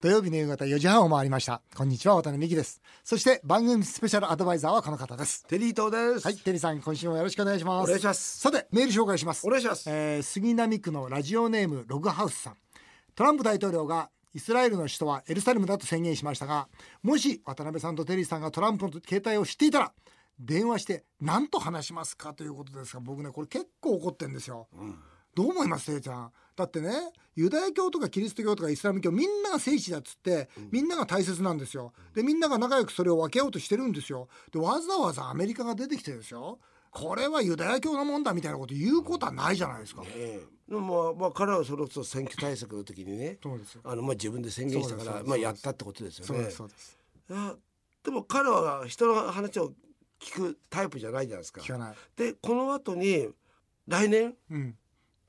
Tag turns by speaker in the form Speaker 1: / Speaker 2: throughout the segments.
Speaker 1: 土曜日の夕方4時半を回りましたこんにちは渡辺美希ですそして番組スペシャルアドバイザーはこの方です
Speaker 2: テリー東です。
Speaker 1: はいテリーさん今週もよろしくお願いします
Speaker 2: お願いします
Speaker 1: さてメール紹介します
Speaker 2: お願いします。
Speaker 1: えー杉並区のラジオネームログハウスさんトランプ大統領がイスラエルの首都はエルサレムだと宣言しましたがもし渡辺さんとテリーさんがトランプの携帯を知っていたら電話して何と話しますかということですが僕ねこれ結構怒ってんですよ、どう思いますテリーちゃんだってねユダヤ教とかキリスト教とかイスラム教みんなが聖地だっつってみんなが大切なんですよでみんなが仲良くそれを分けようとしてるんですよでわざわざアメリカが出てきてですよこれはユダヤ教のもんだみたいなこと言うことはないじゃないですか、
Speaker 2: ええでもまあまあ彼はそれこそ選挙対策の時にね、
Speaker 1: そうですよ
Speaker 2: あのまあ自分で宣言したか
Speaker 1: そうで
Speaker 2: ら
Speaker 1: す
Speaker 2: まあやったってことですよ
Speaker 1: そう
Speaker 2: ね
Speaker 1: です。そうです
Speaker 2: あでも彼は人の話を聞くタイプじゃないじゃないですか。
Speaker 1: 聞かない
Speaker 2: でこの後に来年
Speaker 1: うん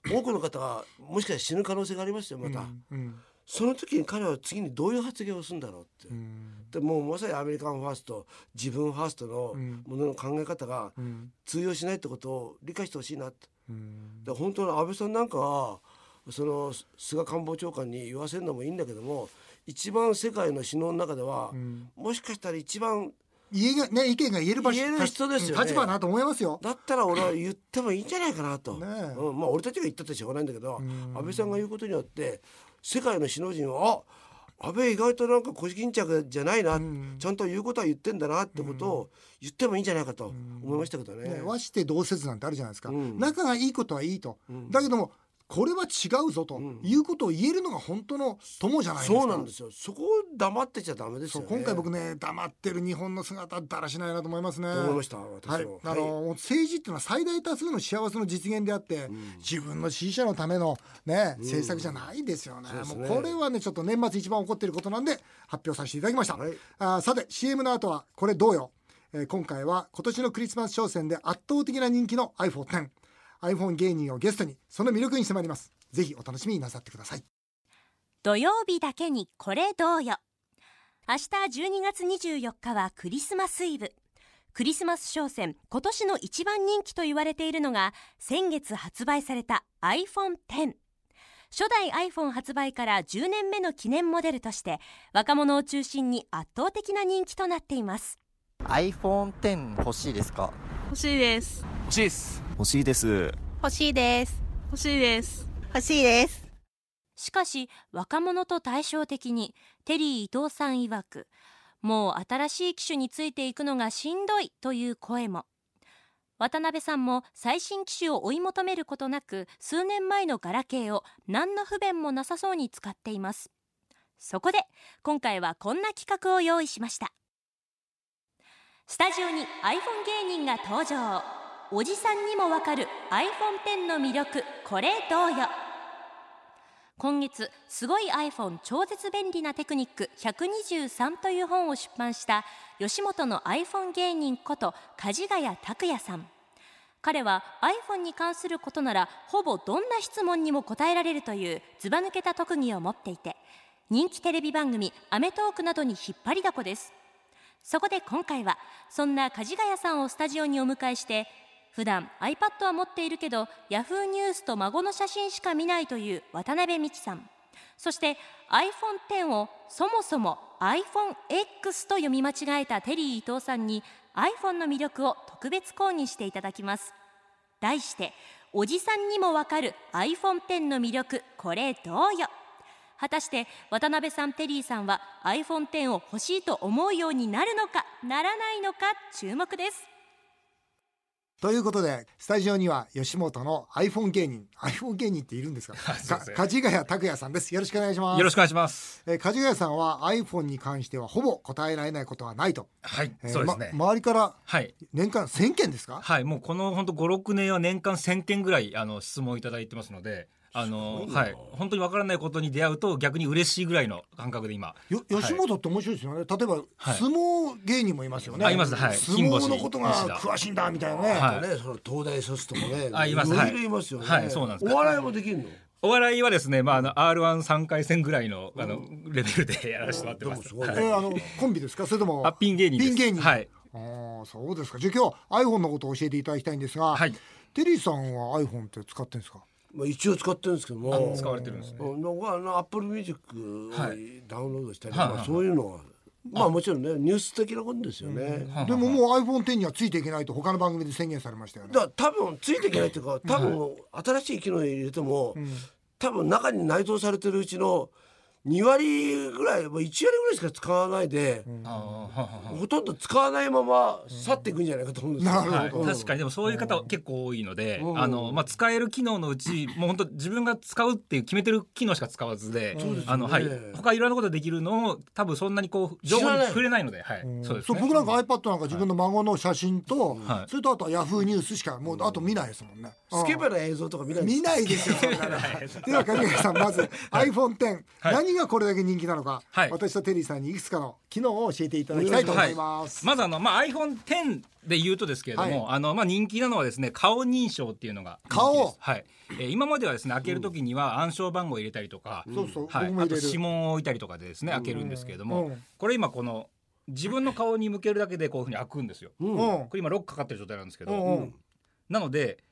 Speaker 2: 多くの方がもしかしたら死ぬ可能性がありますよまた、
Speaker 1: うん
Speaker 2: その時に彼は次にどういう発言をするんだろうって、
Speaker 1: うん
Speaker 2: でもうまさにアメリカンファースト自分ファーストの
Speaker 1: うん
Speaker 2: ものの考え方が
Speaker 1: うん
Speaker 2: 通用しないってことを理解してほしいなって
Speaker 1: うん
Speaker 2: で本当に安倍さんなんかはそのす菅官房長官に言わせるのもいいんだけども一番世界の首脳の中では、
Speaker 1: うん
Speaker 2: もしかしたら一番
Speaker 1: 家がね意見が言える場所
Speaker 2: 言える人ですよね
Speaker 1: 立場だと思いますよ
Speaker 2: だったら俺は言ってもいいんじゃないかなと、
Speaker 1: ねえ
Speaker 2: うん、まあ俺たちが言ったってしょうがないんだけど、
Speaker 1: ん
Speaker 2: 安倍さんが言うことによって世界の首脳陣はあ安倍意外となんか腰巾着じゃないな、
Speaker 1: ん
Speaker 2: ちゃんと言うことは言ってんだなってことを言ってもいいんじゃないかと思いましたけどね。
Speaker 1: ね和して同説なんてあるじゃないですか
Speaker 2: うん
Speaker 1: 仲がいいことはいいと
Speaker 2: ん
Speaker 1: だけどもこれは違うぞと
Speaker 2: ん
Speaker 1: いうことを言えるのが本当の友じゃないですか
Speaker 2: そうなんですよそこを黙ってちゃダメです
Speaker 1: そ
Speaker 2: よ
Speaker 1: う
Speaker 2: ね。
Speaker 1: 今回僕ね黙ってる日本の姿だらしないなと思いますね
Speaker 2: と思いました私
Speaker 1: はい
Speaker 2: も、
Speaker 1: あのもう政治っていうのは最大多数の幸せの実現であって、自分の支持者のための、ね、政策じゃないですよね,、
Speaker 2: そうですね
Speaker 1: もうこれはねちょっと年末一番起こっていることなんで発表させていただきました、
Speaker 2: はい
Speaker 1: あーさて CM の後はこれどうよ、えー今回は今年のクリスマス商戦で圧倒的な人気の iPhone10iPhone 芸人をゲストにその魅力に迫りますぜひお楽しみになさってください
Speaker 3: 土曜日だけにこれどうよ明日12月24日はクリスマスイブクリスマス商戦今年の一番人気と言われているのが先月発売された iPhone10 初代 iPhone 発売から10年目の記念モデルとして若者を中心に圧倒的な人気となっています
Speaker 4: iPhone10 欲しいですか
Speaker 5: 欲しいです
Speaker 6: 欲しいです
Speaker 7: 欲しいです。
Speaker 8: 欲しいです。
Speaker 5: 欲しいです
Speaker 8: 欲しいです。
Speaker 3: しかし若者と対照的にテリー伊藤さん曰くもう新しい機種についていくのがしんどいという声も渡辺さんも最新機種を追い求めることなく数年前のガラケーを何の不便もなさそうに使っていますそこで今回はこんな企画を用意しましたスタジオに iPhone 芸人が登場おじさんにもわかる iPhone10 の魅力これどうよ今月「すごい iPhone 超絶便利なテクニック123」という本を出版した吉本の iPhone 芸人こと梶ヶ谷拓也さん彼は iPhone に関することならほぼどんな質問にも答えられるというずば抜けた特技を持っていて人気テレビ番組「アメトーーク」などに引っ張りだこですそこで今回はそんな梶ヶ谷さんをスタジオにお迎えして普段 iPad は持っているけど Yahoo ニュースと孫の写真しか見ないという渡辺美樹さんそして iPhone10 をそもそも iPhoneX と読み間違えたテリー伊藤さんに iPhone の魅力を特別講義していただきます題して「おじさんにもわかる iPhone10 の魅力これどうよ」果たして渡辺さんテリーさんは iPhone10 を欲しいと思うようになるのかならないのか注目です
Speaker 1: ということでスタジオには吉本の iPhone 芸人 iPhone 芸人っているんですか
Speaker 6: そうです
Speaker 1: か
Speaker 6: ね
Speaker 1: 梶ヶ谷拓也さんですよろしくお願いします
Speaker 6: よろしくお願いします
Speaker 1: えー、梶ヶ谷さんは iPhone に関してはほぼ答えられないことはないと、
Speaker 6: はい、
Speaker 1: えー
Speaker 6: そうですね、
Speaker 1: ま周りから
Speaker 6: はい
Speaker 1: 年間1000件ですか、
Speaker 6: はいもうこの本当56年は年間1000件ぐらいあの質問をいただいてますのであのはい本当にわからないことに出会うと逆に嬉しいぐらいの感覚で今
Speaker 1: よ吉本って面白いですよね例えば、
Speaker 6: はい
Speaker 1: 相撲芸人もいますよね
Speaker 6: あいますはい
Speaker 1: 相
Speaker 6: 金
Speaker 1: 撲
Speaker 6: 星
Speaker 1: のことが詳しいんだみたいなね、
Speaker 6: はい
Speaker 2: あとね、その東大卒とかね、
Speaker 6: あいます
Speaker 2: ろ
Speaker 6: はい
Speaker 2: いろいますよね、
Speaker 6: はいそうなんです
Speaker 2: お笑いもできるの。
Speaker 6: お笑いはですねまああの R13 回戦ぐらいのあのレベルでやらせてもらってます
Speaker 2: でもすごい
Speaker 1: えーあのコンビですかそれとも
Speaker 6: あピン芸人です
Speaker 1: ピン芸人
Speaker 6: はい
Speaker 1: あーそうですかじゃあ今日 iPhone のことを教えていただきたいんですが、
Speaker 6: はい
Speaker 1: テリーさんは iPhone って使ってんですか
Speaker 2: まあ、一応使ってるんですけども
Speaker 6: あ使われてるんですね
Speaker 2: う僕はあのアップルミュージック
Speaker 6: は
Speaker 2: ダウンロードしたり、
Speaker 6: はい
Speaker 2: ま
Speaker 6: はいは
Speaker 2: あ、
Speaker 6: い
Speaker 2: そういうのはまあもちろんねニュース的なことですよね、
Speaker 6: はあ
Speaker 1: でももう iPhone10 にはついていけないと他の番組で宣言されましたよね
Speaker 2: だから多分ついていけないっていうか多分新しい機能入れても、多分中に内蔵されてるうちの2割ぐらい、まあ、1割ぐらいしか使わないで、
Speaker 6: ああはあはあ
Speaker 2: ほとんど使わないまま去っていくんじゃないかと思うんですよ。
Speaker 1: なるほど
Speaker 6: はい、確かにでもそういう方結構多いので、あのまあ、使える機能のう ちもう本当自分が使うっていう決めてる機能しか使わずであのはい他いろんなことできるのを多分そんなにこう情報
Speaker 2: 知ら
Speaker 6: に
Speaker 2: ない
Speaker 6: 触れないので、はい、そうです
Speaker 1: そう
Speaker 6: ね。
Speaker 1: 僕なんか iPad なんか自分の孫の写真と、
Speaker 6: はい
Speaker 1: それとあとはヤフーニュースしかもうあと見ないですもんね。
Speaker 2: スケベな映像とか見ないんです
Speaker 1: 見
Speaker 2: よ
Speaker 1: ないですよ。そん なのでは梶川さんまず iPhone10、
Speaker 6: はい
Speaker 1: 何がこれだけ人気なのか、
Speaker 6: はい
Speaker 1: 私とテリーさんにいくつかの機能を教えていただきたいと思います。
Speaker 6: まずあの、まあ、iPhone10 で言うとですけれども、あのまあ、人気なのはですね顔認証っていうのが人気ですはいえー今まではですね開ける時には暗証番号を入れたりとか、
Speaker 1: そうそう
Speaker 6: はい、
Speaker 1: 僕も
Speaker 6: あ
Speaker 1: 入
Speaker 6: と
Speaker 1: れる
Speaker 6: 指紋を置いたりとかでですね開けるんですけれども、
Speaker 1: うん
Speaker 6: これ今この自分の顔に向けるだけでこういうふうに開くんですよ。
Speaker 1: うん
Speaker 6: これ今ロックかかってる状態なんですけど、
Speaker 1: うんうん
Speaker 6: なので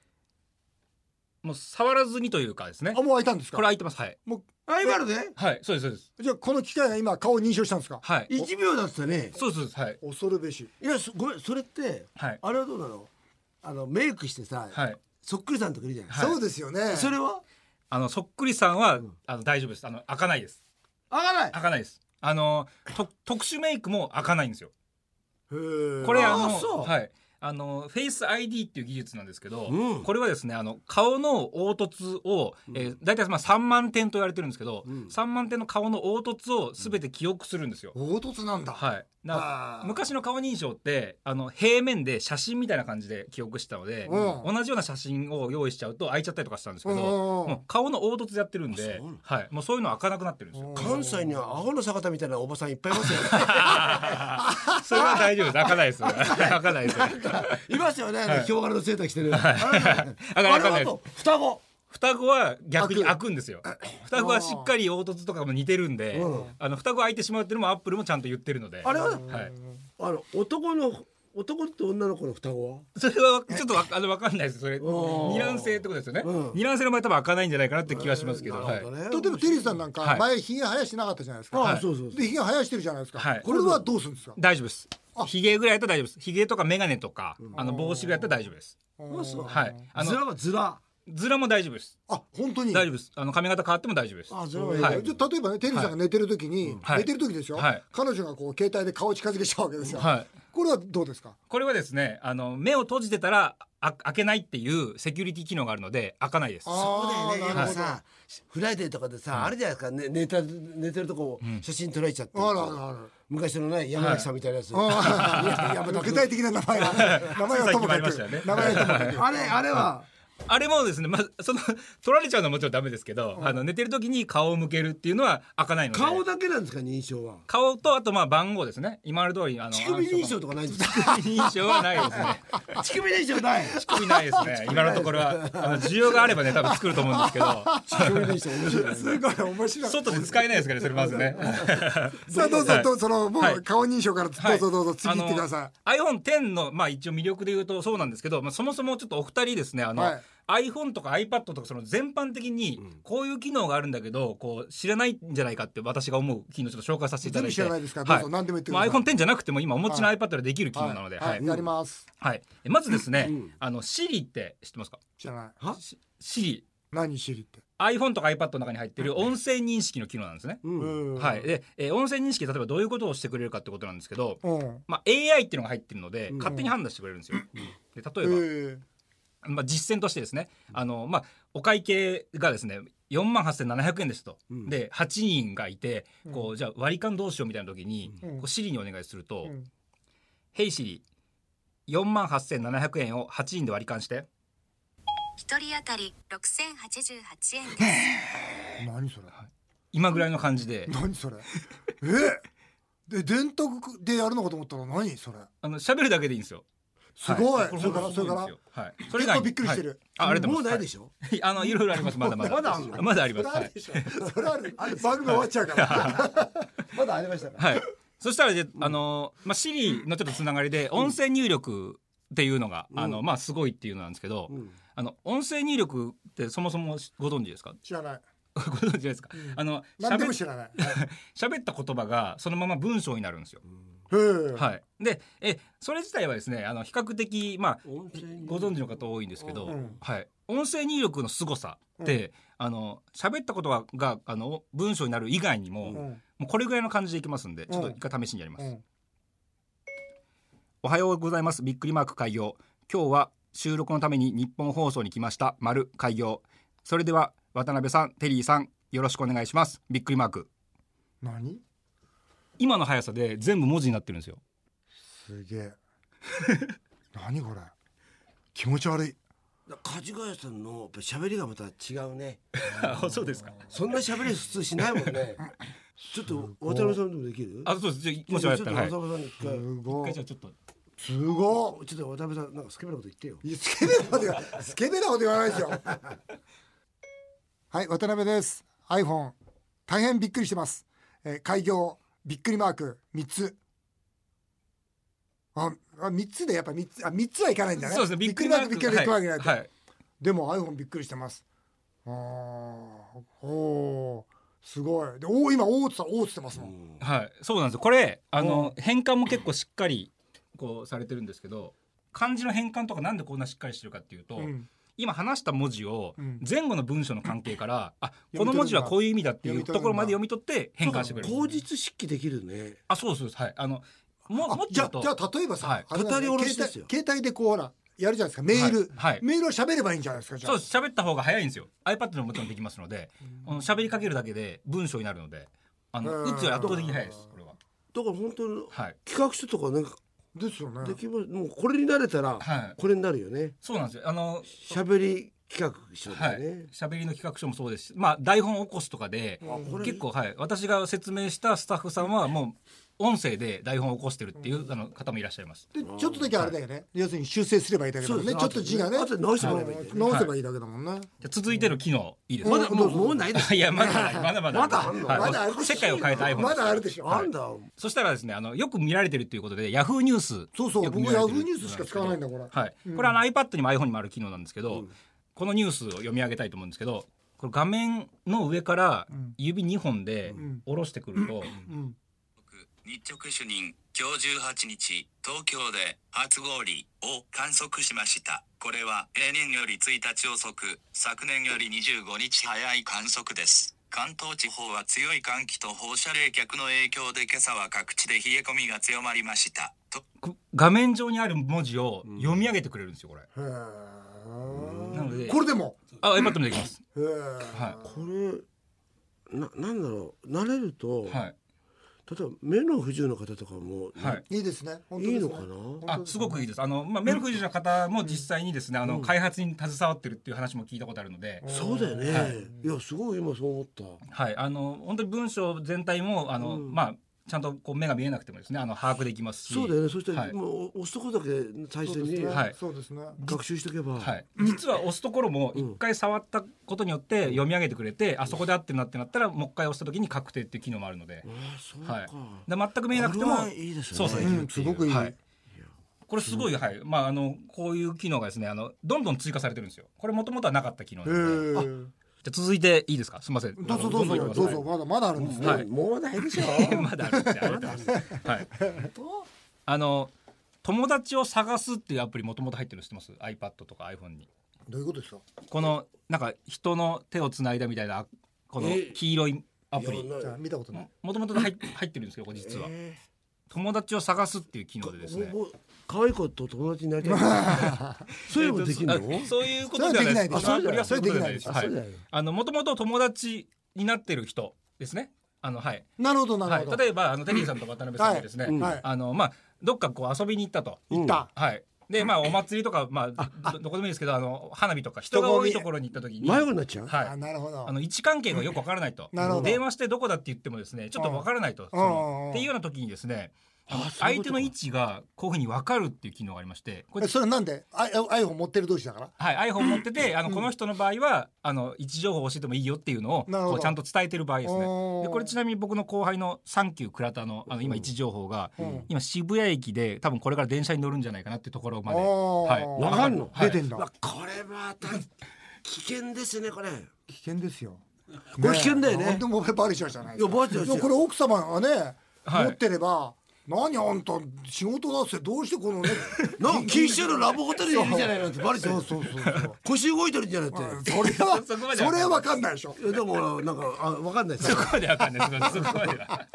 Speaker 6: もう触らずにというかですね
Speaker 1: あもう開いたんです
Speaker 6: こ
Speaker 1: か。
Speaker 6: れ開いてますはい
Speaker 1: も
Speaker 2: あ今ので
Speaker 6: はいそうですそうです
Speaker 1: うじゃあこの機械が今顔を認証したんですか。
Speaker 6: はい
Speaker 2: 1秒だったね
Speaker 6: そうですそうですはい
Speaker 1: お恐るべし。
Speaker 2: いやそごめんそれって
Speaker 6: はい
Speaker 2: あれはどうなのあのメイクしてさ、
Speaker 6: はい
Speaker 2: そっくりさんとかいるじゃない、
Speaker 6: はい
Speaker 1: そうですよね。
Speaker 2: それは
Speaker 6: あのそっくりさんは、あの大丈夫ですあの開かないです
Speaker 2: あがない
Speaker 6: 開かないですあのと特殊メイクも開かないんですよこ
Speaker 1: こ
Speaker 6: れ
Speaker 2: あ
Speaker 6: あ
Speaker 2: ー
Speaker 6: の
Speaker 2: そう
Speaker 6: はいあのフェイス ID っていう技術なんですけど、
Speaker 2: うん
Speaker 6: これはですねあの顔の凹凸を、えー、大体まあ3万点と言われてるんですけど、
Speaker 2: ん
Speaker 6: 3万点の顔の凹凸を全て記憶するんですよ。
Speaker 1: 凹凸なんだ。
Speaker 6: はい、な
Speaker 1: あー
Speaker 6: 昔の顔認証ってあの平面で写真みたいな感じで記憶してたので、
Speaker 1: うん
Speaker 6: 同じような写真を用意しちゃうと開いちゃったりとかしたんですけど、
Speaker 1: うんうんうん
Speaker 6: もう顔の凹凸でやってるん
Speaker 2: あそ
Speaker 6: で
Speaker 2: うなの
Speaker 6: はい、もうそういうのは開かなくなってるんですよ。
Speaker 2: 関西にはアホの坂田みたいなおばさんいっぱいいますよ
Speaker 6: それは大丈夫です開かないですよ 開かないですよ
Speaker 2: いますよね、あのヒョウ柄のセーター着てる、
Speaker 6: あ
Speaker 2: あ
Speaker 6: の
Speaker 2: れ
Speaker 6: 開
Speaker 2: は
Speaker 6: かない
Speaker 2: あ
Speaker 6: です
Speaker 2: と双子
Speaker 6: 双子は逆に
Speaker 1: 開
Speaker 6: 開くんで すよ双子はしっかり凹凸とかも似てるんで、
Speaker 2: うん
Speaker 6: あの双子開いてしまうっていうのもアップルもちゃんと言ってるので
Speaker 2: あれは
Speaker 6: はい、
Speaker 2: あの男の男と女の子の双子は
Speaker 6: それはちょっとわあの分かんないですそれ
Speaker 2: うん
Speaker 6: 二卵性ってことですよね、
Speaker 2: うん
Speaker 6: 二卵性の場合多分開かないんじゃないかなって気がしますけど,、
Speaker 2: なるほどね、
Speaker 1: 例えばテリーさんなん
Speaker 6: は
Speaker 1: か
Speaker 6: い
Speaker 1: 前ひげ生やしてなかったじゃないですか。
Speaker 2: ああそうそうそう
Speaker 1: でひげ生やしてるじゃないですか。
Speaker 6: はい
Speaker 1: これはどうするんですか。
Speaker 6: 大丈夫ですひげぐらいだったら大丈夫ですひげとか眼鏡とか、あの帽子ぐらいだったら大丈夫です、
Speaker 2: あそう
Speaker 6: はいあ
Speaker 2: ズ
Speaker 6: の
Speaker 2: ラはズラ
Speaker 6: ズラも大丈夫です
Speaker 1: あ本当に。
Speaker 6: 大丈夫ですあの髪型変わっても大丈夫です
Speaker 2: あズラ
Speaker 1: え
Speaker 2: は
Speaker 1: ー
Speaker 6: は
Speaker 2: はいい
Speaker 1: じゃあ例えばねテリーさんが寝てる時に、
Speaker 6: はい
Speaker 1: 寝てる時ですよ、
Speaker 6: はい
Speaker 1: 彼女がこう携帯で顔近づけちゃうわけですよ、
Speaker 6: はい
Speaker 1: これはどうですか
Speaker 6: これはですねあの目を閉じてたらあ開けないっていうセキュリティ機能があるので開かないです
Speaker 1: あ
Speaker 2: そうだよね
Speaker 1: あー
Speaker 2: 今さフライデーとかでさあれじゃないですかね寝た寝てるとこ写真撮られちゃって
Speaker 1: あ
Speaker 2: る
Speaker 1: らあらあ
Speaker 2: 昔のね山崎さんみたいなやつ
Speaker 1: ら いやいや具体的な名前は名前はともか
Speaker 6: さっき決まりましたよ
Speaker 1: く、
Speaker 6: ね
Speaker 1: 名前はともかく
Speaker 2: あれあれは
Speaker 6: あれもですね、まあ、その取られちゃうのはもちろんダメですけど、あの寝てる時に顔を向けるっていうのは開かないので
Speaker 2: 顔だけなんですか認証は
Speaker 6: 顔とあとまあ番号ですね今の通りあ の
Speaker 2: 乳首認証とかないんですか
Speaker 6: 暗証番号認証はないですね
Speaker 2: 乳首認証ない
Speaker 6: 乳首ないですね今のところはあの需要があればね多分作ると思うんですけど
Speaker 2: 乳首認証面白いね
Speaker 1: すごい面白い
Speaker 6: 外で使えないですからねそれまずね
Speaker 1: さあどうぞ、
Speaker 6: はい
Speaker 1: どうぞそのも
Speaker 6: は
Speaker 1: う
Speaker 6: い
Speaker 1: 顔認証からどうぞどうぞ、次行ってください
Speaker 6: い。iPhone10 の、まあ、一応魅力で言うとそうなんですけど、まあ、そもそもちょっとお二人ですねあの、
Speaker 1: は
Speaker 6: iPhone とか iPad とかその全般的にこういう機能があるんだけどこう知らないんじゃないかって私が思う機能をちょっと紹介させていただいて
Speaker 1: 全部知らないですからどうぞ何でも言ってください
Speaker 6: まあ、iPhone10 じゃなくても今お持ちの iPad でできる機能なので、
Speaker 1: はい、はいやります
Speaker 6: はい、えまずですね、あの Siri って知ってますか
Speaker 1: じゃない
Speaker 6: Siri
Speaker 1: 何知りって、
Speaker 6: iPhone とか iPad の中に入ってる音声認識の機能なんですね。
Speaker 1: うん
Speaker 6: はい、で、えー音声認識例えばどういうことをしてくれるかってことなんですけど、
Speaker 1: うん
Speaker 6: まあ、AI っていうのが入ってるので、勝手に判断してくれるんですよ。で
Speaker 1: え
Speaker 6: 例えば、
Speaker 1: ー、
Speaker 6: まあ、実践としてですねあの、まあ、お会計がですね4万8700円ですと、で8人がいてこうじゃあ割り勘どうしようみたいな時に、
Speaker 1: うん
Speaker 6: こうシリにお願いすると
Speaker 1: うん
Speaker 6: 「ヘイシリ4万8700円を8人で割り勘して
Speaker 7: 一人当たり6088円です。
Speaker 1: 何それ
Speaker 6: 今ぐらいの感じで
Speaker 1: 何 それえで電卓でやるのかと思ったら何それ
Speaker 6: あの喋るだけでいいんですよ。
Speaker 1: すごい、
Speaker 6: は
Speaker 1: それから
Speaker 6: こ
Speaker 1: それか
Speaker 6: 本当
Speaker 1: ら
Speaker 6: にそうですよはい、それ
Speaker 1: 結
Speaker 6: が
Speaker 1: 構びっくりしてる、
Speaker 6: あありがとう
Speaker 2: も
Speaker 6: ご
Speaker 2: う
Speaker 6: ざ
Speaker 2: ないい
Speaker 6: ま
Speaker 2: ですしょ
Speaker 6: はいあのいろいろありますまだま だ
Speaker 2: まだあんの
Speaker 6: まだあり
Speaker 1: それあ
Speaker 6: ますは
Speaker 1: る
Speaker 6: い
Speaker 1: でしょそれある 番組終わっちゃうから
Speaker 2: まだありましたか
Speaker 6: はい。そしたらで、あの、まあ、シリのちょっとつながりで、音声入力っていうのが、あの、まあ、すごいっていうのなんですけど、あの音声入力ってそもそもご存知ですか
Speaker 1: 知らない
Speaker 6: ご存知ですか、あの
Speaker 1: 何でも
Speaker 6: 喋
Speaker 1: 知らないはい
Speaker 6: 喋った言葉がそのまま文章になるんですよ、
Speaker 1: へー
Speaker 6: はいでえそれ自体はですねあの比較的まあ
Speaker 2: 音声入力
Speaker 6: ご存知の方多いんですけど、
Speaker 1: うん
Speaker 6: はい、音声入力の凄さって、あの喋ったことががあの文章になる以外にも,、
Speaker 1: う
Speaker 6: も
Speaker 1: ん
Speaker 6: うこれぐらいの感じでいきますんでちょっと
Speaker 1: うん
Speaker 6: 一回試しにやります、
Speaker 1: うん
Speaker 6: おはようございますびっくりマーク開業今日は収録のために日本放送に来ました丸開業それでは渡辺さんテリーさんよろしくお願いしますびっくりマーク
Speaker 1: 何
Speaker 6: 今の速さで全部文字になってるんですよ
Speaker 1: すげえ何これ気持ち悪い
Speaker 2: 梶ヶ谷さんのやっぱ喋りがまた違うね
Speaker 6: そうですか
Speaker 2: そんな喋り普通しないもん ねちょっと渡辺さんでもできる
Speaker 6: あそうですじゃあもしあれだったらはい
Speaker 2: ちょっと渡辺さ
Speaker 1: すごい
Speaker 2: んに一
Speaker 6: じゃあちょっと
Speaker 1: すご
Speaker 2: 回ちょっと渡辺さんなんかスケベなこと言ってよ
Speaker 1: いいやスケベなこと言わスケベなこと言わないですよはい渡辺です iPhone 大変びっくりしてます、えー、開業びっくりマーク三つああ三つでやっぱ三つあ三つはいかないんだね
Speaker 6: そうですね
Speaker 1: びっくりマークびっくりマークびっくりマーク
Speaker 6: はい、はい
Speaker 1: でも iPhone びっくりしてます。あーおーすごい。で、おー今、おーって言った、おーって言ってますもん。
Speaker 6: はい、そうなんですよこれあの変換も結構しっかりこうされてるんですけど漢字の変換とかなんでこんなしっかりしてるかっていうと、
Speaker 1: うん
Speaker 6: 今話した文字を
Speaker 1: うん
Speaker 6: 前後の文章の関係 から、あ
Speaker 1: み
Speaker 6: こ
Speaker 1: 取るんだ
Speaker 6: の文字はこういう意味だってい
Speaker 1: 読
Speaker 6: う
Speaker 1: み取るんだ
Speaker 6: ところまで読み取って変換してくれる
Speaker 2: 口実筆記できるね
Speaker 6: あそうそうですはいあのも
Speaker 1: あ
Speaker 6: もっと
Speaker 1: じ
Speaker 6: 言
Speaker 1: ゃ
Speaker 6: う
Speaker 1: あ、
Speaker 6: と
Speaker 1: じゃあ例えばさ、
Speaker 6: はい
Speaker 1: あれだね
Speaker 2: 語り下ろし
Speaker 1: 携
Speaker 2: ですよ
Speaker 1: 帯携帯でこう、ほら、やるじゃないですか、メール。
Speaker 6: はいはい
Speaker 1: メールを喋ればいいんじゃないですか、じゃ
Speaker 6: そう
Speaker 1: あ。
Speaker 6: です喋った方が早いんですよ iPad でももちろんできますのであの喋りかけるだけで文章になるのであの
Speaker 1: うん
Speaker 6: 打つより圧倒的に早いですこれは
Speaker 2: だから本当に
Speaker 6: はい
Speaker 2: 企画書とかなんか
Speaker 1: ですよね。
Speaker 2: できますもうこれになれたら
Speaker 6: はい
Speaker 2: これになるよね
Speaker 6: そうなんですよあの
Speaker 2: 喋り企画書
Speaker 6: は
Speaker 2: だ
Speaker 6: い
Speaker 2: ね、
Speaker 6: 喋りの企画書もそうですし、まあ、台本起こすとかで
Speaker 2: これ
Speaker 6: 結構、はい、私が説明したスタッフさんはもう音声で台本起こしてるっていう、あの方もいらっしゃいます。
Speaker 1: で、ちょっとだけあれだよね。要するに修正すればいいだけだ
Speaker 2: そ
Speaker 1: も
Speaker 2: うんで
Speaker 1: ね。ちょ
Speaker 2: す
Speaker 1: っと字がね。
Speaker 2: あとで直してもらえばいいんだよね
Speaker 1: 直せばいいだけだもんね。
Speaker 6: じゃあ続いての機能いいです
Speaker 2: まだ
Speaker 6: か、
Speaker 2: もうもうないです
Speaker 6: いやまだまだまだ
Speaker 2: まだあんの
Speaker 6: はい
Speaker 1: まだあるでしょ
Speaker 6: 世界を変えた iPhone です
Speaker 1: まだあるでしょ。
Speaker 2: あんだ
Speaker 6: そしたらですねあのよく見られてるということでヤフーニュース
Speaker 1: そうそう、
Speaker 6: よく
Speaker 1: 僕
Speaker 6: 見られ
Speaker 1: ヤ
Speaker 6: て
Speaker 1: フ
Speaker 6: る
Speaker 1: ーニュースしか使わないんだ、これ。
Speaker 6: はい、これあの iPad にも iPhone にもある機能なんですけど、このニュースを読み上げたいと思うんですけどこれ画面の上から指2本で下ろしてくると、
Speaker 1: うん。
Speaker 9: 日直主任今日18日東京で初氷を観測しましたこれは例年より1日遅く昨年より25日早い観測です関東地方は強い寒気と放射冷却の影響で今朝は各地で冷え込みが強まりましたと
Speaker 6: こ画面上にある文字を読み上げてくれるんですよこれ、
Speaker 1: へ
Speaker 6: なので
Speaker 1: え。これでも。
Speaker 6: あ iPad もできます、
Speaker 1: へえ。
Speaker 6: は
Speaker 2: これななんだろう慣れると、
Speaker 6: いはい
Speaker 2: 例えば目の不自由な方とかも、
Speaker 6: はい
Speaker 1: いいですね。本当
Speaker 2: いい
Speaker 1: です
Speaker 2: の
Speaker 1: ね
Speaker 2: かな
Speaker 6: あすごくいいですあの、まあ、メルクジュの方も実際にですね、あの開発に携わってるっていう話も聞いたことあるので、
Speaker 2: そうだよね、
Speaker 6: はい
Speaker 2: い、やすごい今そう思った
Speaker 6: はい、あの本当に文章全体もあの、まあちゃんとこう目が見えなくてもですねあの把握できますし
Speaker 2: そうだよねそしたら、
Speaker 6: はい
Speaker 2: もう押すとこだけ大
Speaker 1: そう
Speaker 2: 切
Speaker 1: です
Speaker 2: に
Speaker 1: ね。
Speaker 6: はい
Speaker 1: そうですね。
Speaker 2: 学習しとけば、
Speaker 6: はい、実は押すところも一回触ったことによって読み上げてくれて、あそこで合ってるなってなったらもう一回押した時に確定っていう機能もあるので,、
Speaker 2: あそうか、
Speaker 6: はい、で全く見えなく
Speaker 2: こ
Speaker 6: て
Speaker 2: れ
Speaker 6: も
Speaker 2: はいいですね
Speaker 6: 操作できるっていう
Speaker 1: うんすごくいい
Speaker 6: はいこれすごい、はいまあ、あのこういう機能がですねあのどんどん追加されてるんですよこれもともとはなかった機能な
Speaker 1: へ
Speaker 6: のでじゃ
Speaker 1: え。
Speaker 6: あ続いていいですかすみません
Speaker 1: どうぞどうぞ
Speaker 6: あの
Speaker 1: どうぞまだまだあるんですね。
Speaker 6: はい
Speaker 2: もうもうないでしょ
Speaker 6: まだあるんでありがとうございます。はい。あの友達を探すっていうアプリもともと入ってるの知ってます iPad とか iPhone に
Speaker 1: どういうことですか。
Speaker 6: このなんか人の手をつないだみたいなこの
Speaker 2: え
Speaker 6: 黄色いアプリ
Speaker 2: いや
Speaker 1: じゃあ見たことない。
Speaker 6: もともと入っ入ってるんですけどこれ実は
Speaker 2: え
Speaker 6: 友達を探すっていう機能でです
Speaker 2: ーも
Speaker 6: ね
Speaker 2: うもう可愛い子と友達になりたいそういうのできるの、
Speaker 6: あそういうことではないです
Speaker 1: それはできないです
Speaker 6: このアプリはそういうことではないです
Speaker 1: それ
Speaker 2: は
Speaker 6: は
Speaker 2: で
Speaker 6: い
Speaker 2: きないです
Speaker 6: あのもともと友達になってる人ですねあのはい
Speaker 1: なるほどな
Speaker 6: は
Speaker 1: る
Speaker 6: い
Speaker 1: ほど。
Speaker 6: 例えばあのテリーさんと渡辺さんがですね
Speaker 1: はいはい
Speaker 6: あのまあどっかこう遊びに行ったと
Speaker 1: 行った。
Speaker 6: はい。で、まあ、お祭りとか、まあ、どどこでもいいですけど、あの、花火とか、人が多いところに行った時に。
Speaker 2: 迷子になっちゃう、
Speaker 6: は
Speaker 1: あ
Speaker 6: い。
Speaker 1: なるほど
Speaker 6: あ。の、位置関係がよくわからないと
Speaker 1: なるほど。
Speaker 6: 電話してどこだって言ってもですね、ちょっとわからないと。
Speaker 1: うんうんうん
Speaker 6: っていうような時にですね、あの
Speaker 2: あそういうこ
Speaker 6: 相
Speaker 2: とか
Speaker 6: 手の位置がこういうふうに分かるっていう機能がありましてこれ
Speaker 1: えそれなんでアイ iPhone 持ってる同士だから
Speaker 6: はい iPhone 持っててあのこの人の場合はあの位置情報を教えてもいいよっていうのを
Speaker 1: なるほど
Speaker 6: こうちゃんと伝えてる場合ですね。
Speaker 1: おー
Speaker 6: でこれちなみに僕の後輩のサンキュー倉田のあの今位置情報が
Speaker 1: うん
Speaker 6: 今渋谷駅で多分これから電車に乗るんじゃないかなっていうところまで、
Speaker 1: あー
Speaker 6: はい、
Speaker 1: わ
Speaker 2: かんの
Speaker 6: はい
Speaker 1: 出てんだ、
Speaker 2: まあ、これまた危険ですねこれ
Speaker 1: 危険です よ
Speaker 2: これ危険だよね
Speaker 1: なんでもバレちゃうじゃないですか
Speaker 2: いやバレちゃう
Speaker 1: でもこれ奥様がね、
Speaker 6: はい
Speaker 1: 持ってれば何あんた仕事だっつってどうしてこ のね
Speaker 2: なんか禁止してるラブホテルにいるじゃないなんてバレてる
Speaker 1: そうそうそうそう
Speaker 2: 腰動いてるんじゃなくて
Speaker 1: それは
Speaker 6: そこまでは
Speaker 1: それは分かんないでしょ
Speaker 2: いやでもなんかあわかんないです
Speaker 6: そこまでわかんないですそこまでは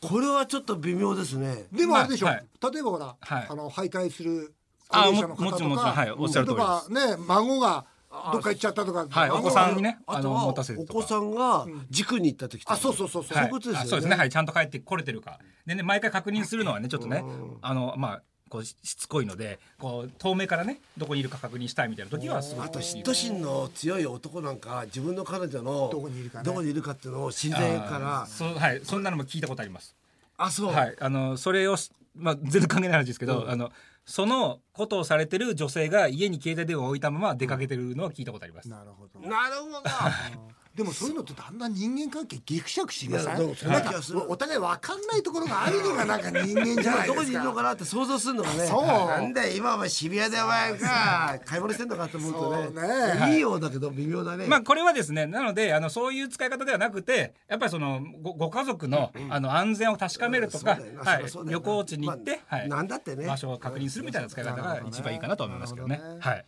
Speaker 2: これはちょっと微妙ですね
Speaker 1: でもあれでしょ、
Speaker 6: まあはい
Speaker 1: 例えばほら、
Speaker 6: はい
Speaker 1: あの徘徊する
Speaker 6: あ
Speaker 1: 高齢者の方
Speaker 6: ももち
Speaker 1: と
Speaker 6: ろんもちろ
Speaker 1: か
Speaker 6: んはいおっしゃる通りです
Speaker 1: 例えばね孫がどっか行っちゃったとか
Speaker 6: はい
Speaker 1: 孫
Speaker 6: お子さんにね
Speaker 2: あと
Speaker 6: あの
Speaker 2: は
Speaker 6: 持たせる
Speaker 2: お
Speaker 6: とか
Speaker 2: 子さんが塾に行った時とか
Speaker 1: あそうそうそうそう
Speaker 2: そう
Speaker 6: は
Speaker 2: いうことですよね
Speaker 6: あそうですねはいちゃんと帰ってこれてるかでね毎回確認するのはねちょっとねあのまあこうししつこいのでこう遠目からねどこにいるか確認したいみたいな時はすごく
Speaker 2: あと嫉妬心の強い男なんか自分の彼女の
Speaker 1: どこにいるかね
Speaker 2: どこにいるかっていうのを自然から
Speaker 6: あーそうはいそんなのも聞いたことあります
Speaker 2: あそう、
Speaker 6: はい、あのそれをし、まあ、全然関係ない話ですけど、あのそのことをされてる女性が家に携帯電話を置いたまま出かけてるのは聞いたことあります、
Speaker 1: なるほど
Speaker 2: なるほど
Speaker 1: でもそういうのってだんだん人間関係ギクシャクしません
Speaker 2: いやでもそん
Speaker 1: な
Speaker 2: なん気
Speaker 1: か
Speaker 2: がする
Speaker 1: お互い分かんないところがあるのがなんか人間じゃない
Speaker 2: ど
Speaker 1: で
Speaker 2: こに
Speaker 1: す
Speaker 2: いるの
Speaker 1: か
Speaker 2: かなって想像するのがね
Speaker 1: そう
Speaker 2: なんだよ今お前渋谷でお前が買い物してんのかと思うとね
Speaker 1: そうね
Speaker 2: いいようだけど微妙だね、
Speaker 6: まあ、これはですねなのであのそういう使い方ではなくてやっぱりそのごご家族の,、あの安全を確かめるとか、
Speaker 2: そうだよなそ
Speaker 6: は
Speaker 2: りゃ
Speaker 6: い
Speaker 2: そう、だよな
Speaker 6: 旅行地に行って、
Speaker 2: まあ
Speaker 6: はい、
Speaker 2: なんだってね
Speaker 6: 場所を確認するみたいな使い方が一番いいかなと思いますけどね
Speaker 1: なるほどね
Speaker 6: はい、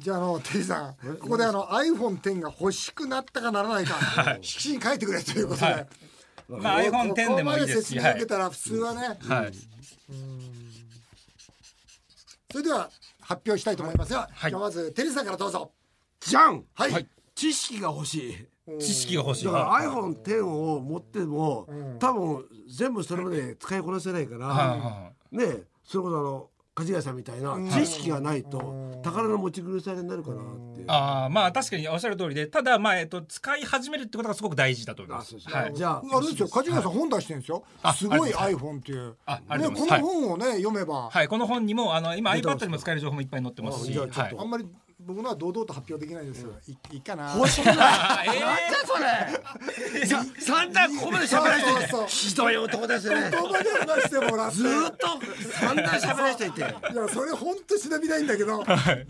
Speaker 1: じゃああのテリーさんここであの iPhone10 が欲しくなったかならないか色紙に書いてくれということで、
Speaker 6: はいまあ、
Speaker 1: こ
Speaker 6: iPhone10 でもいいですし
Speaker 1: ここまで説明を受けたら普通はね、
Speaker 6: はいはい
Speaker 1: それでは発表したいと思いますが、
Speaker 6: はい
Speaker 1: じゃあまずテリーさんからどうぞ
Speaker 2: じゃん
Speaker 1: はい、
Speaker 6: はい
Speaker 2: 知識が欲しい
Speaker 6: 知識が欲しい
Speaker 2: だから
Speaker 6: はい
Speaker 2: iPhone10 を持っても、多分全部それまで使いこなせないから、
Speaker 6: はいは
Speaker 2: ねえそれこそあの梶谷さんみたいな知識がないと宝の持ち苦しさになるかなっていう。
Speaker 6: あーまあ確かにおっしゃる通りでただまあ、えっと、使い始めるってことがすごく大事だと思い
Speaker 2: あ
Speaker 6: ま
Speaker 2: そ
Speaker 6: す
Speaker 2: うそう
Speaker 6: はい
Speaker 2: じゃ
Speaker 1: あれですよ梶川さん本出してるんですよ、
Speaker 6: あ
Speaker 1: すご
Speaker 6: あ
Speaker 1: い
Speaker 6: りが
Speaker 1: iPhone っていう
Speaker 6: ああり
Speaker 1: ね
Speaker 6: がと
Speaker 1: こ
Speaker 6: う
Speaker 1: の
Speaker 6: ございます
Speaker 1: 本をね読めば、
Speaker 6: はい、この本にもあの今
Speaker 2: 出てます
Speaker 6: iPad にも使える情報もいっぱい載ってます
Speaker 2: あ
Speaker 6: し、
Speaker 2: じゃあ
Speaker 6: は
Speaker 2: ちょっと
Speaker 6: い
Speaker 1: あんまり僕のは堂々と発表できないんですよ、いいいか な
Speaker 2: あしくない
Speaker 6: あえー
Speaker 2: さ散々ここまで喋らせてい
Speaker 1: そうそう
Speaker 2: てひどい男ですね
Speaker 1: ここまで話してもらって
Speaker 2: ずーっと散々喋らせていて
Speaker 1: いやそれ本当忍びないんだけど、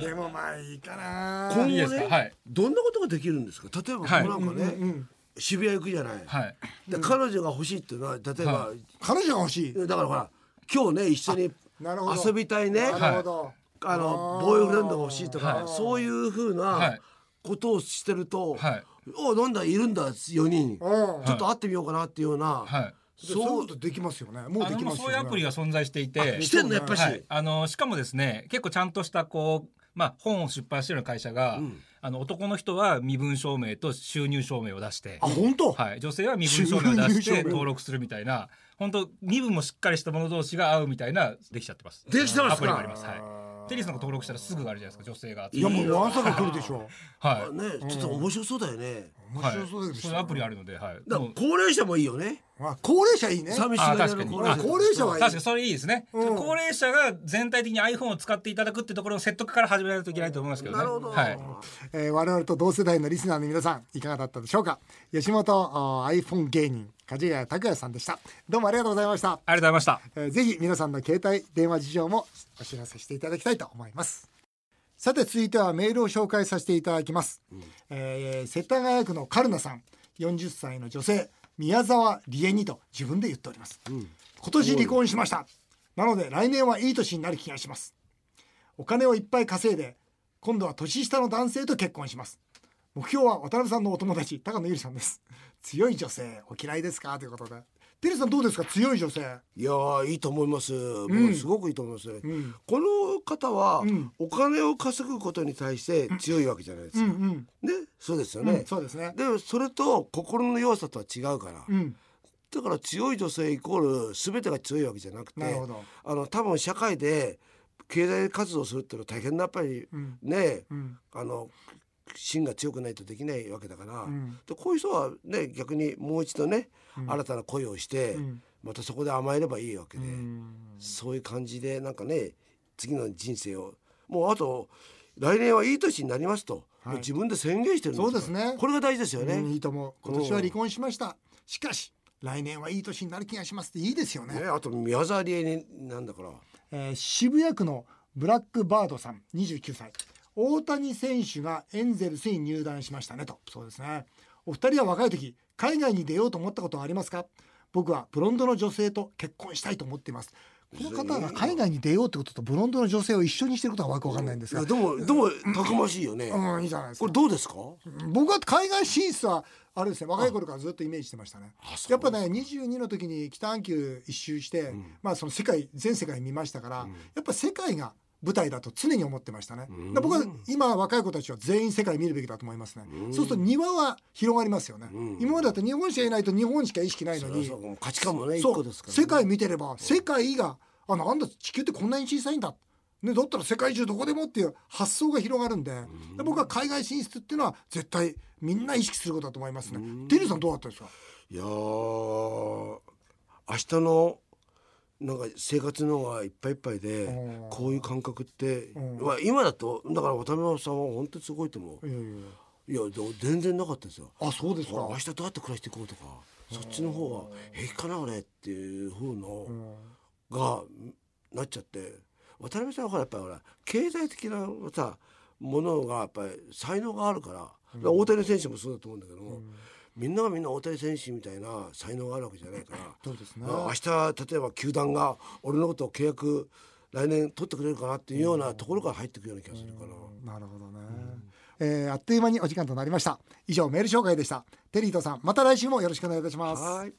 Speaker 1: でもまあいいかな
Speaker 2: 今
Speaker 6: いいで
Speaker 2: 後
Speaker 6: す
Speaker 2: ね、
Speaker 6: かはい
Speaker 2: どんなことができるんですか例えばこう
Speaker 6: はい
Speaker 2: なんかね、渋谷行くじゃない、
Speaker 6: はい
Speaker 2: で彼女が欲しいっていうのは例えば、
Speaker 6: は
Speaker 1: 彼女が欲しい
Speaker 2: だからほら今日ね一緒に
Speaker 1: なるほど
Speaker 2: 遊びたいね、
Speaker 1: なるほど、
Speaker 2: あのボーイフレンドが欲しいとか、
Speaker 6: はい
Speaker 2: そういうふう
Speaker 6: は
Speaker 2: ないことをしてると、
Speaker 6: はい
Speaker 2: おなんだいるんだ4人、
Speaker 1: うん
Speaker 2: ちょっと会ってみようかなっていうような、
Speaker 6: はい
Speaker 1: そういう
Speaker 2: そ
Speaker 1: こ
Speaker 2: う
Speaker 1: とできますよねもう
Speaker 6: あ
Speaker 1: で
Speaker 6: の
Speaker 1: き
Speaker 6: も
Speaker 1: ま
Speaker 6: う
Speaker 1: すよ
Speaker 6: そう
Speaker 1: ね
Speaker 6: いうアプリが存在していて
Speaker 2: してんのやっぱし、
Speaker 6: はい、あのしかもですね結構ちゃんとしたこう、まあ、本を出版してるような会社が、あの男の人は身分証明と収入証明を出して
Speaker 1: あ、本当、
Speaker 6: はい、女性は身分証明を出
Speaker 1: 収
Speaker 6: し
Speaker 1: 入
Speaker 6: て
Speaker 1: 証明
Speaker 6: 登録するみたいな本当身分もしっかりした者同士が合うみたいなできちゃってます
Speaker 2: できてま
Speaker 6: ア
Speaker 2: す
Speaker 6: プリもあり
Speaker 2: か
Speaker 6: ます、はい、テニスの登録したらすぐあるじゃないですか女性が集
Speaker 1: い
Speaker 6: ま
Speaker 1: や
Speaker 6: る
Speaker 1: もうわんさか来るでしょ
Speaker 6: はい
Speaker 2: ねちょっと面白そうだよね、
Speaker 1: 面
Speaker 6: はい
Speaker 1: 白そうだけど、
Speaker 6: そういうアプリあるので、はい。
Speaker 2: だ
Speaker 6: も
Speaker 2: から
Speaker 6: う
Speaker 2: 高齢者もいいよね
Speaker 1: あ高齢者いいね
Speaker 2: 寂しがり屋
Speaker 6: あ
Speaker 2: の
Speaker 6: 確かに
Speaker 2: 高
Speaker 1: あ
Speaker 2: 齢者
Speaker 1: 高齢者はいい
Speaker 6: 確かにそれいいですね、
Speaker 1: うん
Speaker 6: 高齢者が全体的に iPhone を使っていただくってところの説得から始めないといけないと思いますけど
Speaker 2: な
Speaker 6: ね。
Speaker 2: るほど、
Speaker 6: はい。
Speaker 1: えー我々と同世代のリスナーの皆さんいかがだったでしょうか吉本あー iPhone 芸人梶谷拓也さんでしたどうもありがとうございました、
Speaker 6: ありがとうございまし
Speaker 1: えーぜひ皆さんの携帯電話事情もお知らせしていただきたいと思いますさて続いてはメールを紹介させていただきます、えー世田谷区のカルナさん40歳の女性宮沢理恵にと自分で言っております、今年離婚しましたなので来年はいい年になる気がしますお金をいっぱい稼いで今度は年下の男性と結婚します目標は渡辺さんのお友達高野由里さんです強い女性お嫌いですかということでテリーさんどうですか強い女性
Speaker 2: いやーいいと思います、もうすごくいいと思いますね、この方は、お金を稼ぐことに対して強いわけじゃないですか、
Speaker 1: うん
Speaker 2: ねそうですよ
Speaker 1: う
Speaker 2: ね、
Speaker 1: んそうですね
Speaker 2: でもそれと心の弱さとは違うから、
Speaker 1: うん
Speaker 2: だから強い女性イコール全てが強いわけじゃなくて
Speaker 1: なるほど
Speaker 2: あの多分社会で経済活動するっていうのは大変なやっぱり、
Speaker 1: ん
Speaker 2: ね、
Speaker 1: ん
Speaker 2: あの芯が強くないとできないわけだから、
Speaker 1: ん
Speaker 2: でこういう人はね逆にもう一度ね、新たな恋をして、またそこで甘えればいいわけで、
Speaker 1: うん
Speaker 2: そういう感じでなんかね次の人生をもうあと来年はいい年になりますと、
Speaker 1: はい
Speaker 2: もう自分で宣言してるんですから
Speaker 1: そうですね
Speaker 2: これが大事ですよね。
Speaker 1: うんいいと思う今年は離婚しましたしかし来年はいい年になる気がしますっていいですよね
Speaker 2: ね、あと宮沢りえになんだから
Speaker 1: えー渋谷区のブラックバードさん29歳大谷選手がエンゼルスに入団しましたねとそうですねお二人は若い時海外に出ようと思ったことはありますか僕はブロンドの女性と結婚したいと思っていますこの方が海外に出ようってこととブロンドの女性を一緒にしてることはわけわかんないんです
Speaker 2: い
Speaker 1: が
Speaker 2: やでもでもたくましいよね、
Speaker 1: うんいいじゃないです
Speaker 2: こ
Speaker 1: か
Speaker 2: れどうですか
Speaker 1: 僕は海外進出はあれですね若い頃からずっとイメージしてましたね
Speaker 2: そう
Speaker 1: やっぱね22の時に北半球一周して、まあその世界全世界見ましたから、やっぱ世界が舞台だと常に思ってましたね、だから僕は今若い子たちは全員世界見るべきだと思いますね、そうすると庭は広がりますよね、今までだって日本しかいないと日本しか意識ないのに
Speaker 2: そうそう価値観もね一
Speaker 1: そう
Speaker 2: 個ですからね、
Speaker 1: 世界見てれば世界があなんだ地球ってこんなに小さいんだ、ね、だったら世界中どこでもっていう発想が広がるんで,で、僕は海外進出っていうのは絶対みんな意識することだと思いますね。テリーさんどうだったですか
Speaker 2: いやー明日のなんか生活の方がいっぱいいっぱいで
Speaker 1: うん
Speaker 2: こういう感覚って、
Speaker 1: ん
Speaker 2: まあ、今だとだから渡辺さんは本当にすごいと思う
Speaker 1: いやいやいや
Speaker 2: いやでも全然なかったですよ
Speaker 1: あそうです
Speaker 2: あ
Speaker 1: か。
Speaker 2: 明日どうやって暮らしていこうとかそっちの方が平気かな俺っていう風のがなっちゃって渡辺さんはほらやっぱりほら経済的なさものがやっぱり才能があるから、大谷選手もそうだと思うんだけども、みんながみんな大谷選手みたいな才能があるわけじゃないから
Speaker 1: そうですね。
Speaker 2: 明日例えば球団が俺のことを契約来年取ってくれるかなっていうようなところから入ってくるような気がするから。
Speaker 1: なるほどね、えーあっという間にお時間となりました。以上メール紹介でした。テリーとさんまた来週もよろしくお願いいたします。
Speaker 2: はい